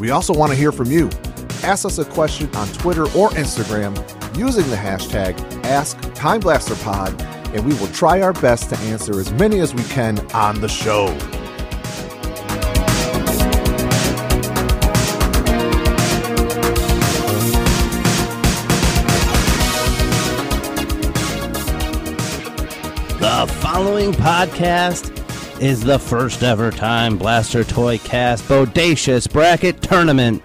We also want to hear from you. Ask us a question on Twitter or Instagram using the hashtag AskTimeblasterPod, and we will try our best to answer as many as we can on the show. The following podcast is the first ever Time Blaster Toycast Bodacious Bracket Tournament.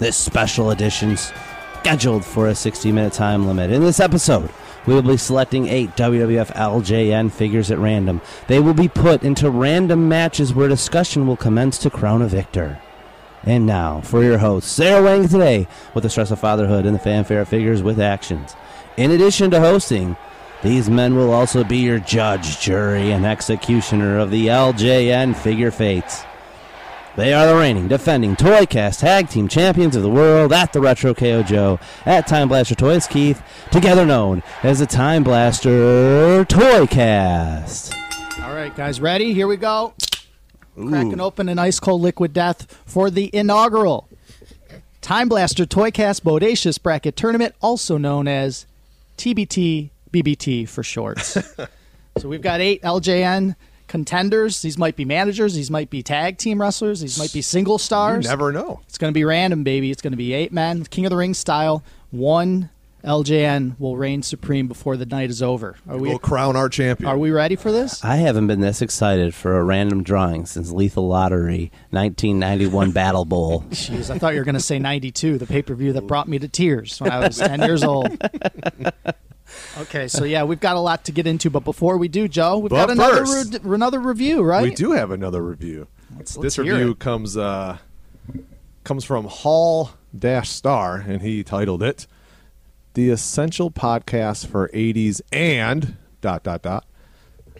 This special edition's scheduled for a 60 minute time limit. In this episode, we will be selecting eight WWF LJN figures at random. They will be put into random matches where discussion will commence to crown a victor. And now, for your host, Sarah Wang today with the stress of fatherhood and the fanfare of figures with actions. In addition to hosting, these men will also be your judge, jury, and executioner of the LJN figure fates. They are the reigning, defending Toycast Tag Team Champions of the World at the Retro KO Joe at Time Blaster Toys Keith, together known as the Time Blaster Toycast. All right, guys, ready? Here we go. Cracking open an ice cold liquid death for the inaugural Time Blaster Toycast Bodacious Bracket Tournament, also known as TBT BBT for short. so we've got eight LJN contenders. These might be managers, these might be tag team wrestlers, these might be single stars. Never know. It's going to be random, baby. It's going to be eight men, King of the Ring style. One LJN will reign supreme before the night is over. Are we? We'll crown our champion. Are we ready for this? I haven't been this excited for a random drawing since Lethal Lottery 1991 Battle Bowl. Jeez, I thought you were going to say 92, the pay per view that brought me to tears when I was 10 years old. Okay, so yeah, we've got a lot to get into, but before we do, Joe, we've But got another first- re- another review, right? We do have another review. Let's- let's this hear review it. comes uh, comes from Hall Dash Star, and he titled it "The Essential Podcast for '80s and dot dot dot."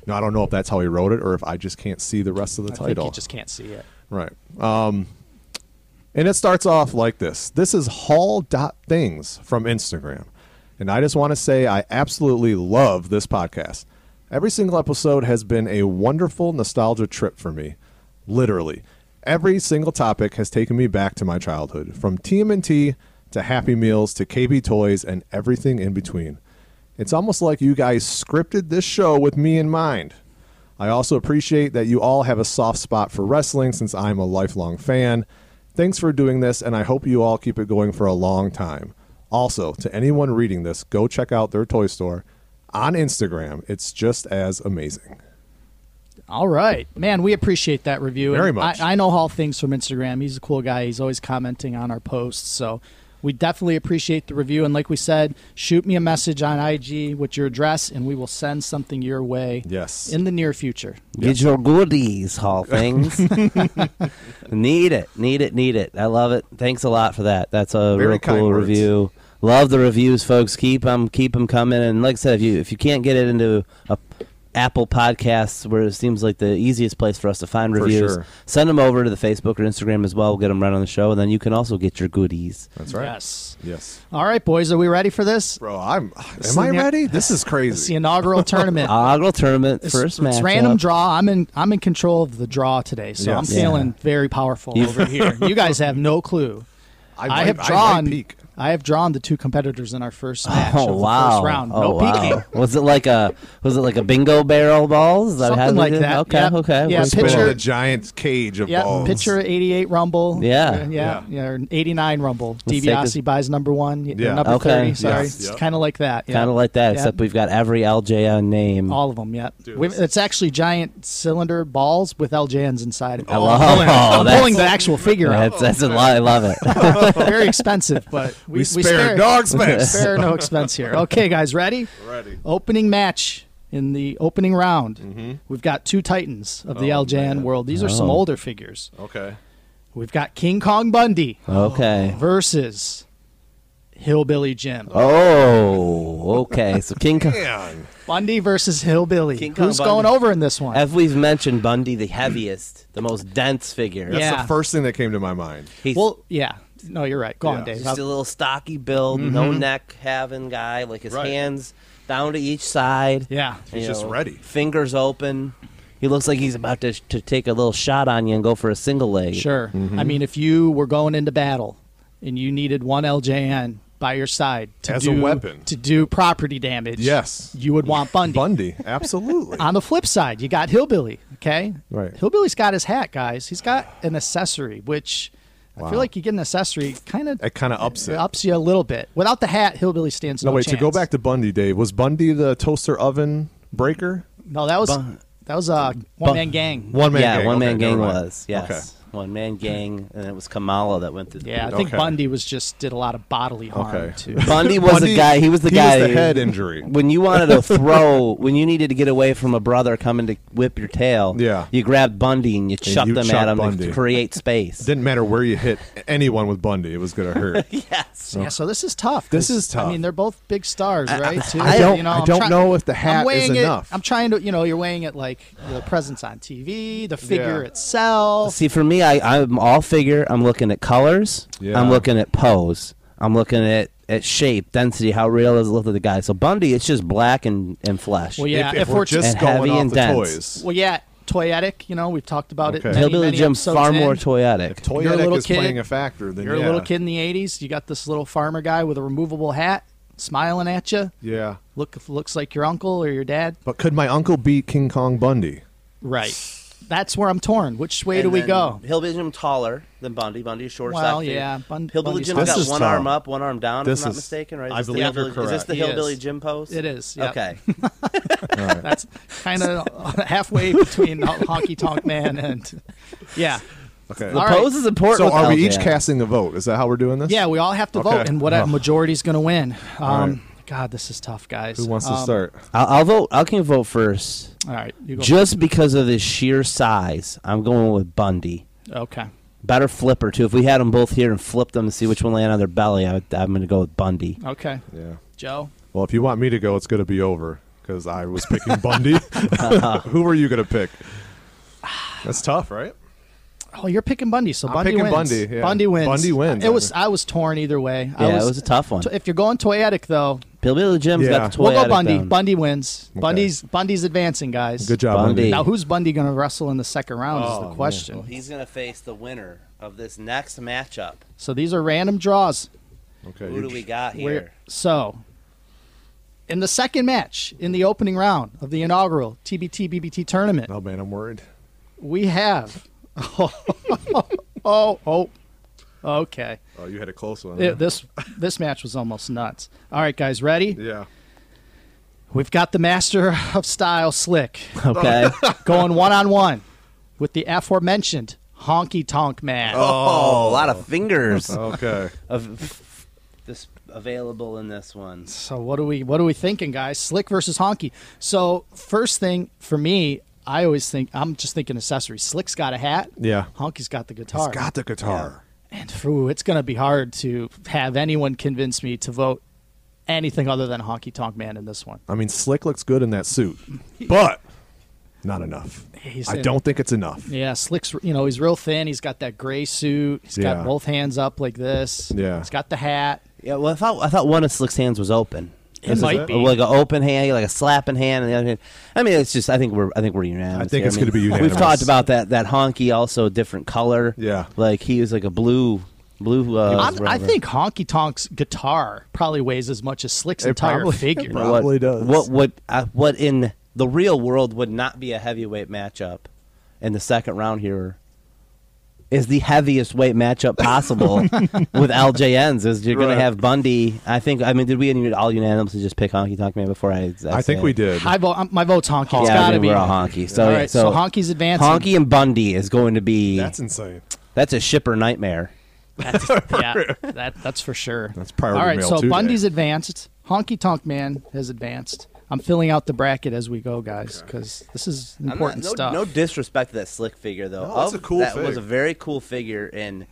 Now I don't know if that's how he wrote it or if I just can't see the rest of the I think title. you just can't see it. Right. Um, and it starts off like this. This is Hall.things from Instagram. And I just want to say I absolutely love this podcast. Every single episode has been a wonderful nostalgia trip for me. Literally. Every single topic has taken me back to my childhood, from TMNT to Happy Meals to KB Toys and everything in between. It's almost like you guys scripted this show with me in mind. I also appreciate that you all have a soft spot for wrestling since I'm a lifelong fan. Thanks for doing this, and I hope you all keep it going for a long time. Also, to anyone reading this, go check out their toy store on Instagram. It's just as amazing. All right, man. We appreciate that review. Very And much. I, I know Hall things from Instagram. He's a cool guy. He's always commenting on our posts, so we definitely appreciate the review. And like we said, shoot me a message on IG with your address, and we will send something your way. Yes. in the near future. Get your goodies, Hall Things. need it, need it, need it. I love it. Thanks a lot for that. That's a Very real kind cool words. review. Love the reviews, folks. Keep them, keep them coming. And like I said, if you if you can't get it into a Apple Podcasts, where it seems like the easiest place for us to find For reviews, sure. send them over to the Facebook or Instagram as well. We'll get them right on the show, and then you can also get your goodies. That's right. Yes. Yes. All right, boys. Are we ready for this? Bro, I'm. is Am I the- ready? This is It's the crazy. inaugural tournament. Oggle tournament It's- Uh, first match. It's random draw. I'm in. I'm in control of the draw today, so I'm Yes. feeling very powerful over here. You guys have no clue. I, might- have might drawn. I, peek. have drawn the two competitors in our first match. of Oh the wow! First round. Oh no wow! peeking. Was it like a was it like a bingo barrel balls? Is that how Something they like did it? that. Okay, Yep. okay. Yeah, Well, Spin picture- the giant cage of Yeah, balls. picture 88 Rumble. Yeah. Yeah, yeah, or 89 Rumble. Let's take this- DiBiase buys number one, y- Yeah. number Okay. 30, Yes. sorry. Yep. It's kind of like that. yeah. kind of like that, Yeah. except we've got every LJN name. All of them, yeah. We, this it's actually giant cylinder balls with LJNs inside. I love- I'm pulling, oh, I'm that's- pulling the actual figure out. that's that's a lot. I love it. Very expensive, but We, we, spare, dog space. spare no expense here. Okay, guys, ready? Ready. Mm-hmm. Opening match in the opening Oh, round. We've got two titans of the LJN world. These are some Oh. older figures. Okay. We've got King Kong Bundy Oh. Okay. versus Hillbilly Jim. Oh, okay. So King Kong. Man. Bundy versus Hillbilly. King Kong Who's Bundy. going over in this one? As we've mentioned, Bundy, the heaviest, the most dense figure. Yeah. That's the first thing that came to my mind. He's well, uh, yeah. No, you're right. Go on, Yeah. Dave. just a little stocky build, no Mm-hmm. neck having guy, like his Right. hands down to each side. yeah. you He's just ready. Fingers open. He looks like he's about to, to take a little shot on you and go for a single leg. Sure. Mm-hmm. I mean, if you were going into battle and you needed one LJN by your side to As a do, weapon. to do property damage, Yes. you would want Bundy. Bundy, absolutely. On the flip side, you got Hillbilly. Okay, Right. Hillbilly's got his hat, guys. He's got an accessory, which I Wow. feel like you get an accessory kind of It kind of ups it. ups you a little bit. Without the hat, Hillbilly stands no, no, wait, to go chance. back to Bundy, Dave, was Bundy the toaster oven breaker? No, that was Bun- that was a one man gang. One man yeah, gang. one man Okay, gang never mind. was. Yes. One man gang, and it was Kamala that went through the Yeah, I think Okay. Bundy was just did a lot of bodily harm Okay. too. Bundy was the Bundy- guy. He was the he was guy. the head injury. When you wanted to throw, when you needed to get away from a brother coming to whip your tail, Yeah. you grabbed Bundy and you chucked you him at chucked him to Bundy. create space. Didn't matter where you hit anyone with Bundy, it was going to hurt. yes. Yeah, so this is tough. This 'cause, is tough. I mean, they're both big stars, right? too? I don't- I I'm don't try- know if the hat I'm is weighing it- enough. I'm trying to, you know, you're weighing it like the presence on TV, the figure Yeah. itself. See, for me, I, I'm all figure. I'm looking at colors. Yeah. I'm looking at pose. I'm looking at, at shape, density, how real is the look of the guy. So Bundy, it's just black and, and flesh. Well, yeah. if, if if we're, we're- just And going heavy off and the dense. toys. Well, yeah, toyetic. You know, we've talked about Okay. it. Many, Hillbilly many Jim's episodes far in. more toyetic. If you're a little Toyetic is kid- playing a factor, then You're yeah. a little kid in the '80s. You got this little farmer guy with a removable hat, smiling at you. Yeah. Look, looks like your uncle or your dad. But could my uncle beat King Kong Bundy? Right. That's where I'm torn. Which way And do we then go? Hillbilly Jim taller than Bundy. Bundy's short Well, stocky. yeah, Bun- Hillbilly Bundy's Jim tall. got This is one tough. arm up, one arm down, This if I'm not is- mistaken, right? I Is this believe the you're Hillbilly- Is this correct. the He is. Hillbilly Jim pose? It is, yep. Okay. That's kind of halfway between Honky Tonk Man and yeah, Okay. The All right. pose is important. So with are Hell's we each Jam. casting the vote? Is that how we're doing this? yeah. We all have to Okay. vote, and what Ugh. majority's going to win. All Um, right. God, this is tough, guys. Who wants Um, to start? I'll, I'll vote. I can vote first. All right, you go. Just because of his sheer size, I'm going with Bundy. okay, Better flipper too. If we had them both here and flipped them to see which one landed on their belly, I would, I'm going to go with Bundy. okay, Yeah. Joe. Well, if you want me to go, it's going to be over because I was picking Bundy. Who were you going to pick? That's tough, right? Oh, you're picking Bundy, so I'm Bundy picking wins. Bundy, yeah. Bundy wins. Bundy wins. It was I was torn either way. I Yeah, it was a tough one. t- if you're going toyetic though, Hillbilly Jim's Yeah. got the toy. we'll go attic Bundy. down. Bundy wins. Okay. Bundy's Bundy's advancing, guys. Good job, Bundy. Bundy. Now, who's Bundy going to wrestle in the second round Oh, is the man. question. He's going to face the winner of this next matchup. So these are random draws. Okay. Who do you we got Where- here? so, in the second match in the opening round of the inaugural TBT BBT tournament, Oh man, I'm worried. we have. Oh, oh, okay. Oh, you had a close one. It- this this match was almost nuts. All right, guys, ready? yeah. We've got the master of style, Slick, Okay. going one on one with the aforementioned Honky Tonk Man. oh, a lot of fingers Uh-huh. Okay. of this available in this one. So what do we what are we thinking, guys? Slick versus honky. So first thing for me, I always think I'm just thinking accessories. Slick's got a hat. Yeah. Honky's got the guitar. He's got the guitar. and phew, it's gonna be hard to have anyone convince me to vote anything other than honky tonk man in this one. I mean, Slick looks good in that suit, but not enough. He's I in- don't think it's enough. Yeah, Slick's you know, he's real thin, he's got that gray suit, He's Yeah. got both hands up like this. Yeah. He's got the hat. Yeah, well, I thought I thought one of Slick's hands was open. It This might is Oh, be. like an open hand, like a slapping hand, and the other hand. I mean, it's just I think we're I think we're unanimous. I think here. it's mean, gonna be We've unanimous. talked about that that honky also a different color. Yeah. like he was like a blue blue. Uh, I'm- I whatever. think Honky Tonk's guitar probably weighs as much as Slick's It entire probably- figure. But probably what, does. What what uh, what in the real world would not be a heavyweight matchup in the second round here is the heaviest weight matchup possible with LJNs. Is you're going Right. to have Bundy. I think. I mean, did we un- all unanimously just pick Honky Tonk Man before I? I think said- we did. I vote. I'm- um, My vote's honky. it's yeah, I gotta think be we're all honky. So, All yeah, right, so honky's advancing. Honky and Bundy is going to be That's that's, insane. a shipper nightmare. yeah, that that's for sure. That's priority All right, mail so too, Bundy's Dave. advanced. Honky Tonk Man has advanced. I'm filling out the bracket as we go, guys, because this is I'm not- important no, stuff. No disrespect to that slick figure though. No, that's Of- a cool That fig. was a very cool figure and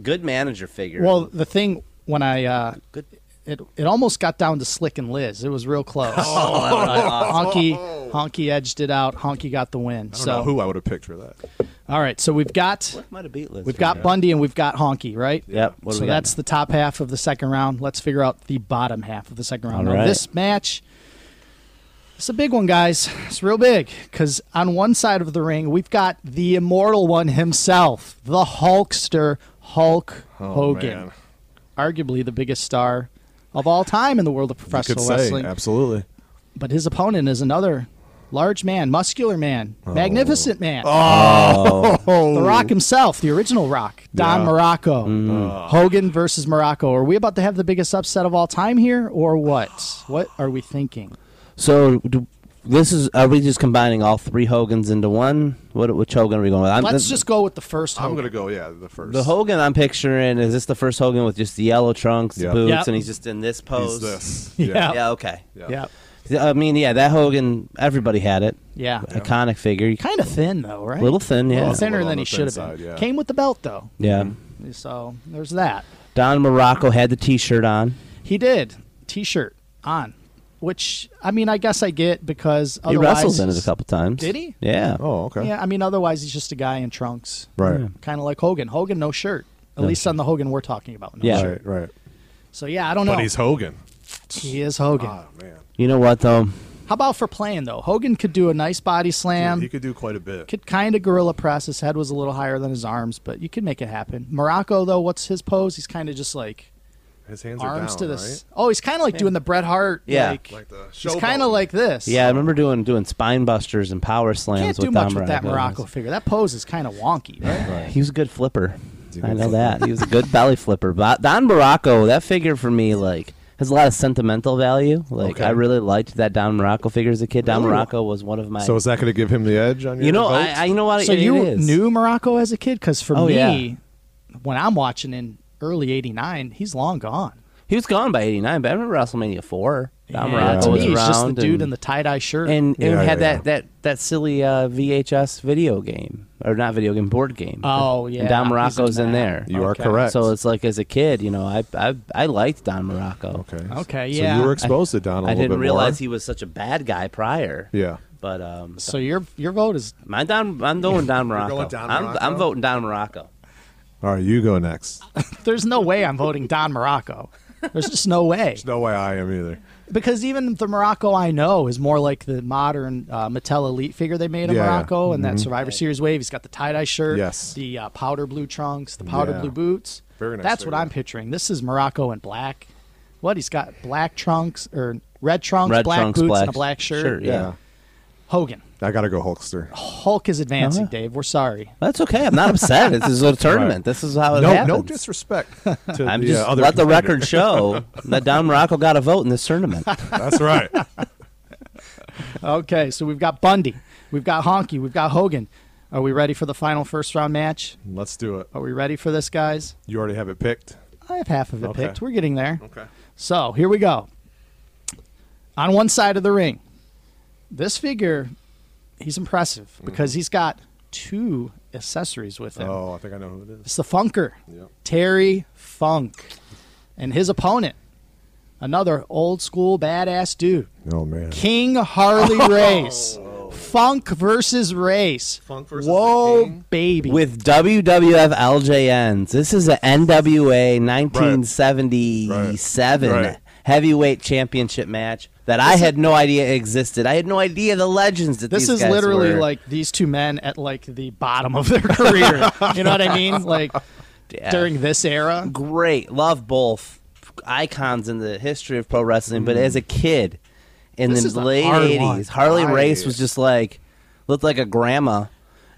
good manager figure. Well, the thing when I uh, good. it it almost got down to Slick and Liz. It was real Oh, close. Honky Honky edged it out. Honky got the win. I don't so know who I would have picked for that. all right, so we've got Might have beat Liz. we've got Bundy and we've got Honky, right? Yep. What do so we got that's the top half of the second round. Let's figure out the bottom half of the second round. All Now, right. This match, it's a big one, guys. It's real big because on one side of the ring we've got the immortal one himself, the Hulkster Hulk Oh, Hogan, Oh, man. arguably the biggest star of all time in the world of You could professional say wrestling. absolutely. But his opponent is another large man, muscular man, magnificent man. Oh, The Rock himself, the original Rock, Don Yeah. Morocco. Mm. Hogan versus Morocco. Are we about to have the biggest upset of all time here, or what? What are we thinking? So do, this is. Are we just combining all three Hogans into one? What which Hogan are we going with? I'm- Let's this- just go with the first I'm Hogan. gonna go. Yeah, the first. The Hogan I'm picturing is this the first Hogan with just the yellow trunks, the Yep. boots, Yep. and he's just in this is pose. this. Yeah. Yeah. Okay. yeah, I mean, yeah, that Hogan. Everybody had it. yeah. Iconic figure. You Kind of thin though, right? Little thin, yeah. Little thinner Little on than he the should thin have been. side, yeah. Came with the belt though, Yeah. so there's that. Don Morocco had the T-shirt on. He did T-shirt on, which I mean, I guess I get because He otherwise wrestles in it a couple times. Did he? Yeah. Oh, okay. Yeah, I mean, otherwise he's just a guy in trunks, Right. kind of like Hogan. Hogan, no shirt. At least on the Hogan we're talking about. No Yeah. shirt. Right. Right. So yeah, I don't know. Oh, But he's Hogan. he is Hogan. Ah, man. You know what though? How about for playing though? Hogan could do a nice body slam. he could could do quite a bit. kind of gorilla press. His head was a little higher than his arms, but you could make it happen. Morocco though, what's his pose? He's kind of just like His hands are arms down, to this. Oh, he's kind of like doing the Bret Hart. Yeah. like, Right? Like the he's kind of like this. Yeah, I remember doing doing spine busters and power slams Can't do with much Don with that Morocco. Morocco figure. That pose is kind of wonky, right? He was a good flipper. Dude. I know that. He was a good belly flipper. But Don Morocco, that figure for me, like, has a lot of sentimental value. Like, Okay. I really liked that Don Morocco figure as a kid. Don Really? Morocco was one of my. So is that going to give him the edge on your you know, vote? I, I you know what? So it- it you is. knew Morocco as a kid? Because for Oh, me, yeah. when I'm watching in early '89, he's long gone. he was gone by '89, but I remember WrestleMania four. Don Yeah, Morocco to was me, he's around. Oh, just the dude and, in the tie dye shirt. and, and Yeah, had yeah, that, that that silly uh, VHS video game or not video game board game. Oh, yeah, and Don he's in Morocco's in, there. that. You are correct. So it's like as a kid, you know, I I I liked Don Morocco. okay. Okay, So yeah. you were exposed to Don a I little didn't bit realize more. he was such a bad guy prior. Yeah. But um, so your your vote is my Don, I'm going Don Morocco. going I'm, Don I'm Morocco? voting Don Morocco. All right, you go next. There's no way I'm voting Don Morocco. There's just no way. no way I am either. Because even the Morocco I know is more like the modern uh, Mattel Elite figure they made in Yeah, yeah. Morocco and that Survivor Series wave. He's got the tie dye shirt, Yes. the uh, powder blue trunks, the powder Yeah. blue boots. Very nice That's what figure. I'm picturing. This is Morocco in black. What? He's got black trunks or red trunks, Red black trunks, boots, black and a black shirt. shirt, Yeah. Yeah. Hogan. I got to go Hulkster. Oh, Hulk is advancing, Uh-huh. Dave. We're sorry. That's okay. I'm not upset. this is a tournament. This is how it no, happens. no disrespect to I'm the just uh, other let the contender. record show that Don Morocco got a vote in this tournament. That's right. Okay, so we've got Bundy, we've got Honky, we've got Hogan. Are we ready for the final first round match? Let's do it. Are we ready for this, guys? You already have it picked. I have half of it Okay. picked. We're getting there. Okay. So here we go. On one side of the ring, this figure, he's impressive Mm-hmm. because he's got two accessories with him. Oh, I think I know who it is. It's the Funker, Yep. Terry Funk, and his opponent, another old school badass dude, Oh man. King Harley Race. Funk versus Race. Oh. Funk versus Whoa, the King. baby. with WWF LJNs. This is a NWA 1977 Right. Right. heavyweight championship match that I had no idea existed. I had no idea the legends that this these is guys literally were. like these two men at like the bottom of their career. you know what I mean? Like Yeah. during this era. great. Love both icons in the history of pro wrestling. But as a kid in Mm. This is the a late hard '80s, one. Harley Right. Race was just like looked like a grandma,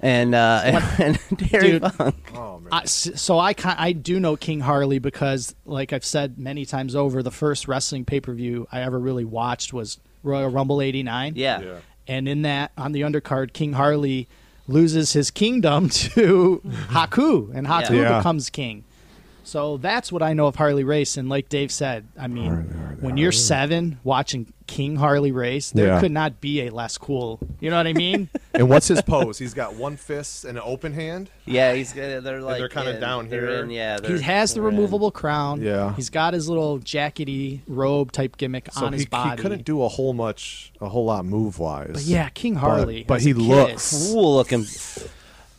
and uh, and, Terry Dude. Funk. Oh man. I s so I ki- I do know King Harley because like I've said many times over, the first wrestling pay per view I ever really watched was Royal Rumble '89. Yeah. Yeah. and in that on the undercard, King Harley loses his kingdom to Haku, and Haku Yeah. becomes king. So that's what I know of Harley race. And like Dave said, I mean, when you're seven watching King Harley race, there Yeah. could not be a less cool. You know what I mean? And what's his pose? He's got one fist and an open hand. Yeah, he's gonna. They're like they're kinda in- down they're here. in, yeah, he they're- has the they're in. removable crown. Yeah. He's got his little jackety robe type gimmick So on he, his he body. couldn't do a whole much, a whole lot move wise. But yeah, King Harley. but as he a kid. looks- cool looking.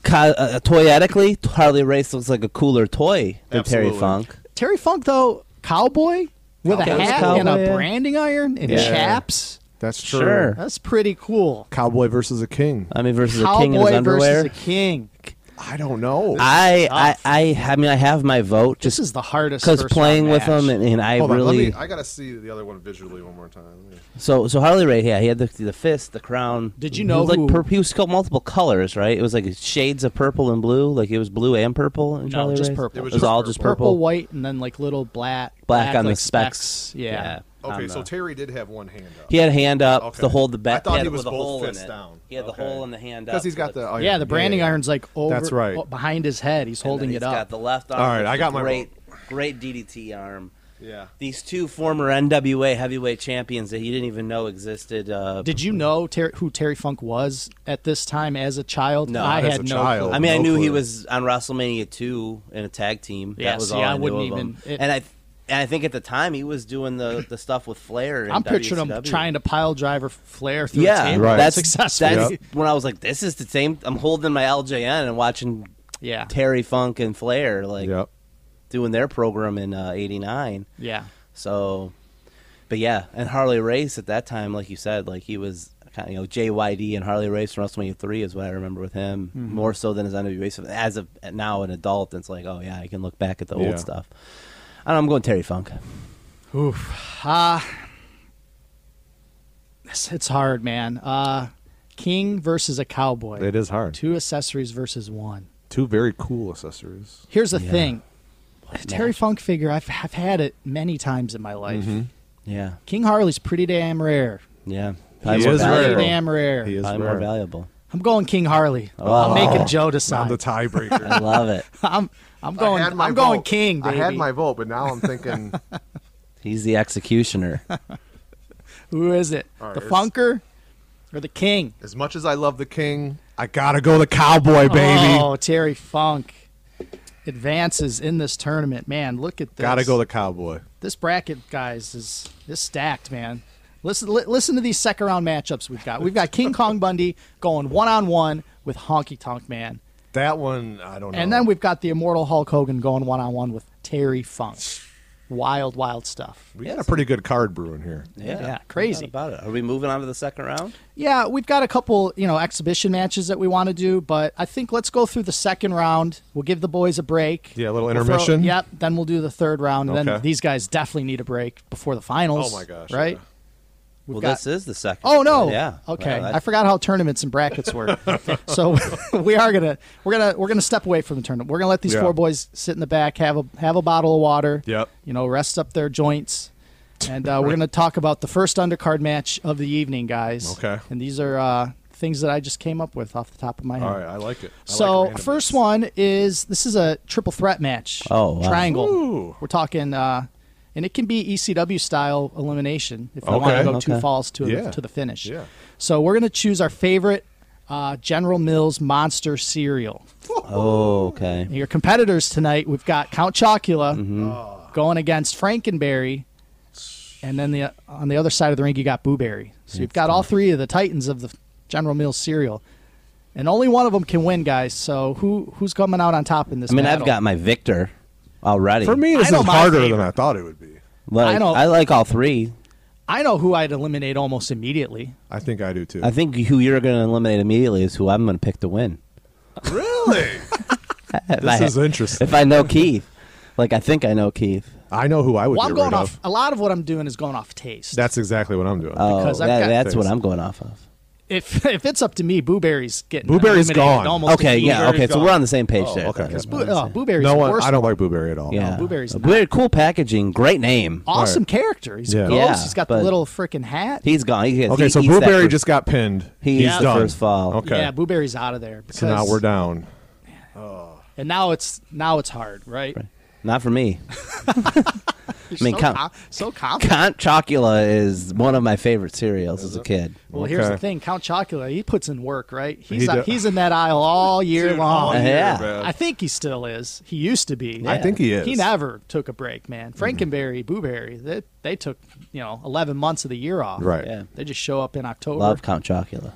Co- uh, toyetically, Harley Race looks like a cooler toy than Absolutely. Terry Funk. Terry Funk though, cowboy with Cowboy. a hat Cowboy, and a yeah. branding iron and Yeah. chaps. that's true. Sure. That's pretty cool. Cowboy versus a king. I mean, versus a king in his Cowboy underwear. versus a king. I don't know. I, I, I, I mean, I have my vote This just is the hardest. because first playing round with match. him, and, and I Hold on, really. let me, I gotta see the other one visually one more time. Let me- So so Harley Race, yeah, he had the, the fist, the crown. Did you He know was, like who- pur- he was called multiple colors, right? It was like shades of purple and blue, like it was blue and purple. In No, Harley just Race? purple. It It was, was all just just purple, purple, white, and then like little black, black, on like the specs. Yeah. on Okay, so the- Terry did have one hand up. he had a hand up Okay. to hold the back. I thought he had he it was with a both hole in fists it. down. He had the Okay. hole in the hand up because he's got with- the uh, oh, Oh, Yeah, iron. the branding iron's like over That's right. oh, behind his head. He's and holding then it He's got up. the left arm. All right, with I the got my great, great DDT arm. Yeah. These two former NWA heavyweight champions that he didn't even know existed. Uh, Did you know Ter- who Terry Funk was at this time as a child? No, I as had a no child. clue. I mean, I No knew he clue. was on WrestleMania two in a tag team. Yeah, that was see, all I I, knew wouldn't of him. even- it- and I, and I think at the time he was doing the, the stuff with Flair. in I'm picturing him WCW. trying to pile drive or flare through a Yeah, table. Right. that's successful. That's Yep. when I was like, this is the same. I'm holding my LJN and watching yeah, Terry Funk and Flair like Yep. doing their program in uh, '89. yeah. So, but yeah, and Harley Race at that time, like you said, like he was kind of you know JYD and Harley Race from WrestleMania three is what I remember with him Mm-hmm. more so than his NWA stuff. As of now an adult, it's like oh yeah, I can look back at the Yeah. old stuff. I don't know, I'm going Terry Funk. Uh, It's, it's hard, man. Uh, King versus a cowboy. It is hard. Two, Two accessories versus one. very cool accessories. Here's the thing. Terry Funk figure, I've, I've had it many times in my life. Mm-hmm. Yeah, King Harley's pretty damn rare. yeah, He more is valuable. Pretty rare. damn rare. He is Probably more rare. valuable. I'm going King Harley. Oh. I'm making Joe I'm decide. the tiebreaker. I love it. I'm I'm going I had my I'm going vote. King, I baby. had my vote, but now I'm thinking. He's the executioner. Who is it? All right, the it's- Funker or the King? as much as I love the king, I gotta go the cowboy, baby. Oh, Terry Funk advances in this tournament. Man, look at this. gotta go the cowboy. this bracket, guys, is this stacked, man. Listen, li- listen to these second round matchups we've got. We've got King Kong Bundy going one on one with Honky Tonk Man, That one, I don't know. and then we've got the Immortal Hulk Hogan going one on one with Terry Funk. Wild, wild stuff. we got a pretty good card brewing here. Yeah, Yeah, crazy. Not about it. Are we moving on to the second round? Yeah, we've got a couple, you know, exhibition matches that we want to do, but I think let's go through the second round. We'll give the boys a break. Yeah, a little We'll intermission? Throw, yep. Then we'll do the third round. And Then Okay. these guys definitely need a break before the finals. Oh my gosh, Right. yeah. We've well, got- this is the second. Oh no! Yeah. Okay, Well, I forgot how tournaments and brackets work. so we are gonna we're gonna we're gonna step away from the tournament. We're gonna let these Yeah. four boys sit in the back, have a have a bottle of water. Yep. You know, rest up their joints, and uh, we're gonna talk about the first undercard match of the evening, guys. Okay. And these are uh, things that I just came up with off the top of my head. All right, I like it. I So like randomness. first one is this is a triple threat match. Oh, wow. triangle. Ooh. We're talking, uh, and it can be ECW style elimination if I want to Okay. go two Okay. falls to Yeah. to the finish. Yeah. So we're gonna choose our favorite uh, General Mills Monster cereal. Oh, okay. And your competitors tonight, we've got Count Chocula Mm-hmm. Ah. going against Frankenberry, and then the on the other side of the ring you got Booberry. So you've got all three of the titans of the General Mills cereal, and only one of them can win, guys. So who who's coming out on top in this? I mean, battle? I've got my victor already. for me, I this know is my harder favorite. than I thought it would be. like, I I, don't- like all three. I know who I'd eliminate almost immediately. I think I do too. I think who you're going to eliminate immediately is who I'm going to pick to win. really? If this I- is interesting. If I know Keith, like I think I know Keith. I know who I would Well, get I'm going rid off. of. A lot of what I'm doing is going off taste. That's exactly what I'm doing. Oh, Because I've that- got that's what things. I'm going off of. if if it's up to me, Booberry's getting Booberry's eliminated gone. almost okay, yeah, Blueberry's okay. So gone. we're on the same page Oh, there. okay. That's Boo, what I'm oh, saying. Blueberry's no the one. worst. I don't like Blueberry at all. yeah, Blueberry's not. Blueberry, cool packaging, great name. awesome character. He's Yeah. gross. Yeah, He's got the but- little freaking hat. He's gone. He, Okay, he so eats that Blueberry first- just got pinned. He He's eats the done. first fall. Okay, Yeah, Blueberry's out of there. Because, so now we're down. And now it's now it's hard, right? Not for me. I mean, so, count- co- so confident. Count Chocula is one of my favorite cereals as a kid. Well, here's the Okay. thing, Count Chocula. He puts in work, right? He's He uh, do- he's in that aisle all year Dude, all year, long. Uh, Yeah. man. I think he still is. He used to be. I think he is. Mm-hmm. He never took a break, man. Frankenberry, Booberry, they, they took you know eleven months of the year off. Right. Yeah. They just show up in October. Love Count Chocula.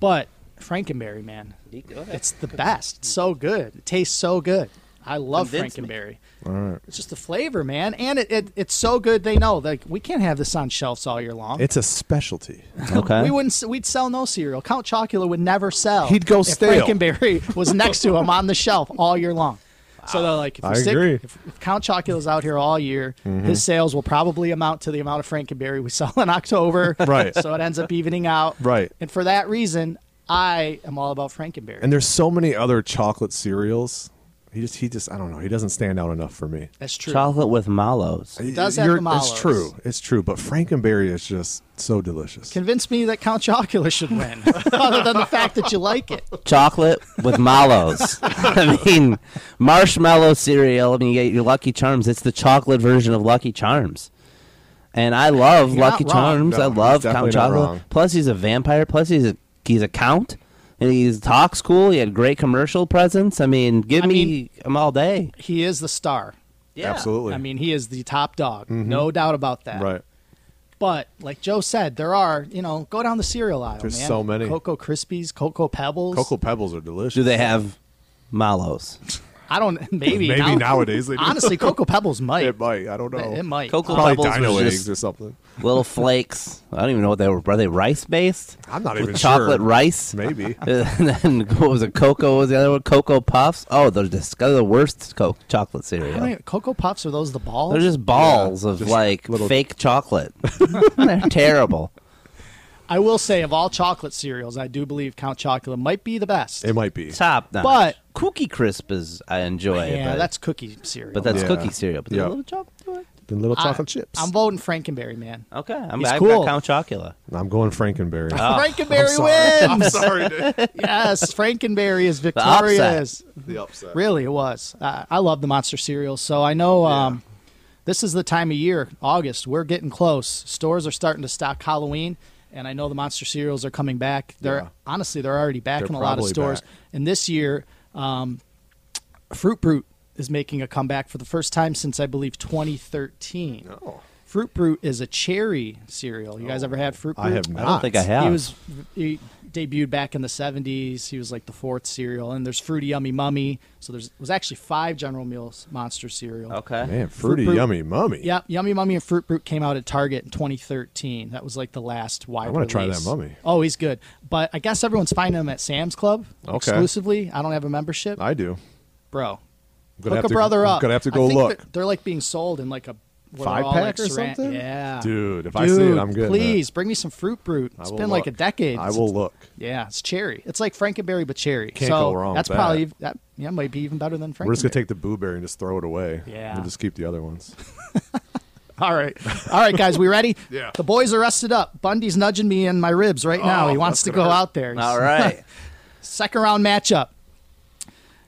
But Frankenberry, man, it's the best. It's so good. It tastes so good. I love Convince me. Frankenberry. It's just the flavor, man, and it, it it's so good. They know like we can't have this on shelves all year long. It's uh, a specialty. Okay. We wouldn't. s- We'd sell no cereal. Count Chocula would never sell. He'd go if stale. Frankenberry was next to him on the shelf all year long. So they're like, if, we I stick, agree. Mm-hmm. if, if Count Chocula's out here all year, his sales will probably amount to the amount of Frankenberry we sell in October. Right. So it ends up evening out. Right. And for that reason, I am all about Frankenberry. And there's so many other chocolate cereals. He just, he just, I don't know. He doesn't stand out enough for me. That's true. Chocolate with mallows. It does have It's Mallows. true. It's true. But Frankenberry is just so delicious. Convince me that Count Chocula should win, other than the fact that you like it. Chocolate with mallows. I mean, marshmallow cereal. I mean, you get your Lucky Charms. It's the chocolate version of Lucky Charms. And I love You're not Lucky wrong. Charms. No, I he's love definitely Count not Chocula. wrong. Plus, he's a vampire. Plus, he's a he's a count. And he talks cool. He had great commercial presence. I mean, give I me mean- him all day. He is the star. Yeah. Absolutely. Mm-hmm. I mean, he is the top dog. No doubt about that. right. But like Joe said, there are you know go down the cereal aisle. There's man. so many. Cocoa Krispies, Cocoa Pebbles. Cocoa Pebbles are delicious. Do they have mallows? I don't maybe Maybe now- nowadays they do. honestly Cocoa Pebbles might It might. I don't know. It might. Cocoa Probably Pebbles Dino was eggs just- or something. Little flakes. I don't even know what they were. Were they rice based? I'm not With even chocolate sure. rice. Maybe. and then what was it? Cocoa what was the other one. Cocoa Puffs. Oh, they're just they're the worst co- chocolate I cereal. don't even- Cocoa Puffs are those the balls? They're just balls Yeah, of just like little- fake chocolate. they're terrible. I will say of all chocolate cereals, I do believe Count Chocula might be the best. It might be. Top notch. But- Cookie Crisp is I enjoy. yeah, but, that's cookie cereal. but that's Yeah. cookie cereal. But Yeah. there's a little chocolate. The little I- chocolate chips. I'm voting Frankenberry, man. Okay, I'm, He's I've cool. got Count Chocula. I'm going Frankenberry. Frankenberry Ah, I'm wins. sorry, dude. yes, Frankenberry is upset. victorious. The upset. Really, it was. Uh, I love the monster cereals. So I know um, this is the time of year, August. We're getting close. Stores are starting to stock Halloween, and I know the monster cereals are coming back. They're Yeah. honestly they're already back They're in a lot of probably stores. back. And this year, um, Fruit Brute is making a comeback for the first time since I believe 2013. No. Fruit Brute is a cherry cereal. You guys ever had Fruit Brute? I have I not. don't think I have. He was he debuted back in the '70s. He was like the fourth cereal, and there's Fruity Yummy Mummy. So there's was actually five General Mills monster cereal. okay. Man, fruity, Fruit Brute. yummy, mummy. Yep, Yummy Mummy and Fruit Brute came out at Target in 2013. That was like the last wide. I wanna try release. that Mummy. Oh, he's good, but I guess everyone's finding him at Sam's Club Okay. exclusively. I don't have a membership, I do. bro. I'm gonna hook have a to- brother I'm up. Gonna have to I go think look, They're, they're, like being sold in like a where they're Five all, pack like, or saran- something? Yeah, dude. If I see it, Dude, I'm good. Please bring me some Fruit Brute. I It's will been like a look. decade. I since will look. Yeah, it's cherry. It's like Frankenberry but cherry. Can't so go wrong That's with that. probably that. Yeah, might be even better than Frankenberry. We're just gonna take the blueberry and just throw it away. Yeah. We'll just keep the other ones. All right, all right, guys, we ready? Yeah. The boys are rested up. Bundy's nudging me in my ribs right now. Oh, he wants that's to go gonna hurt. out there. All right. Second round matchup: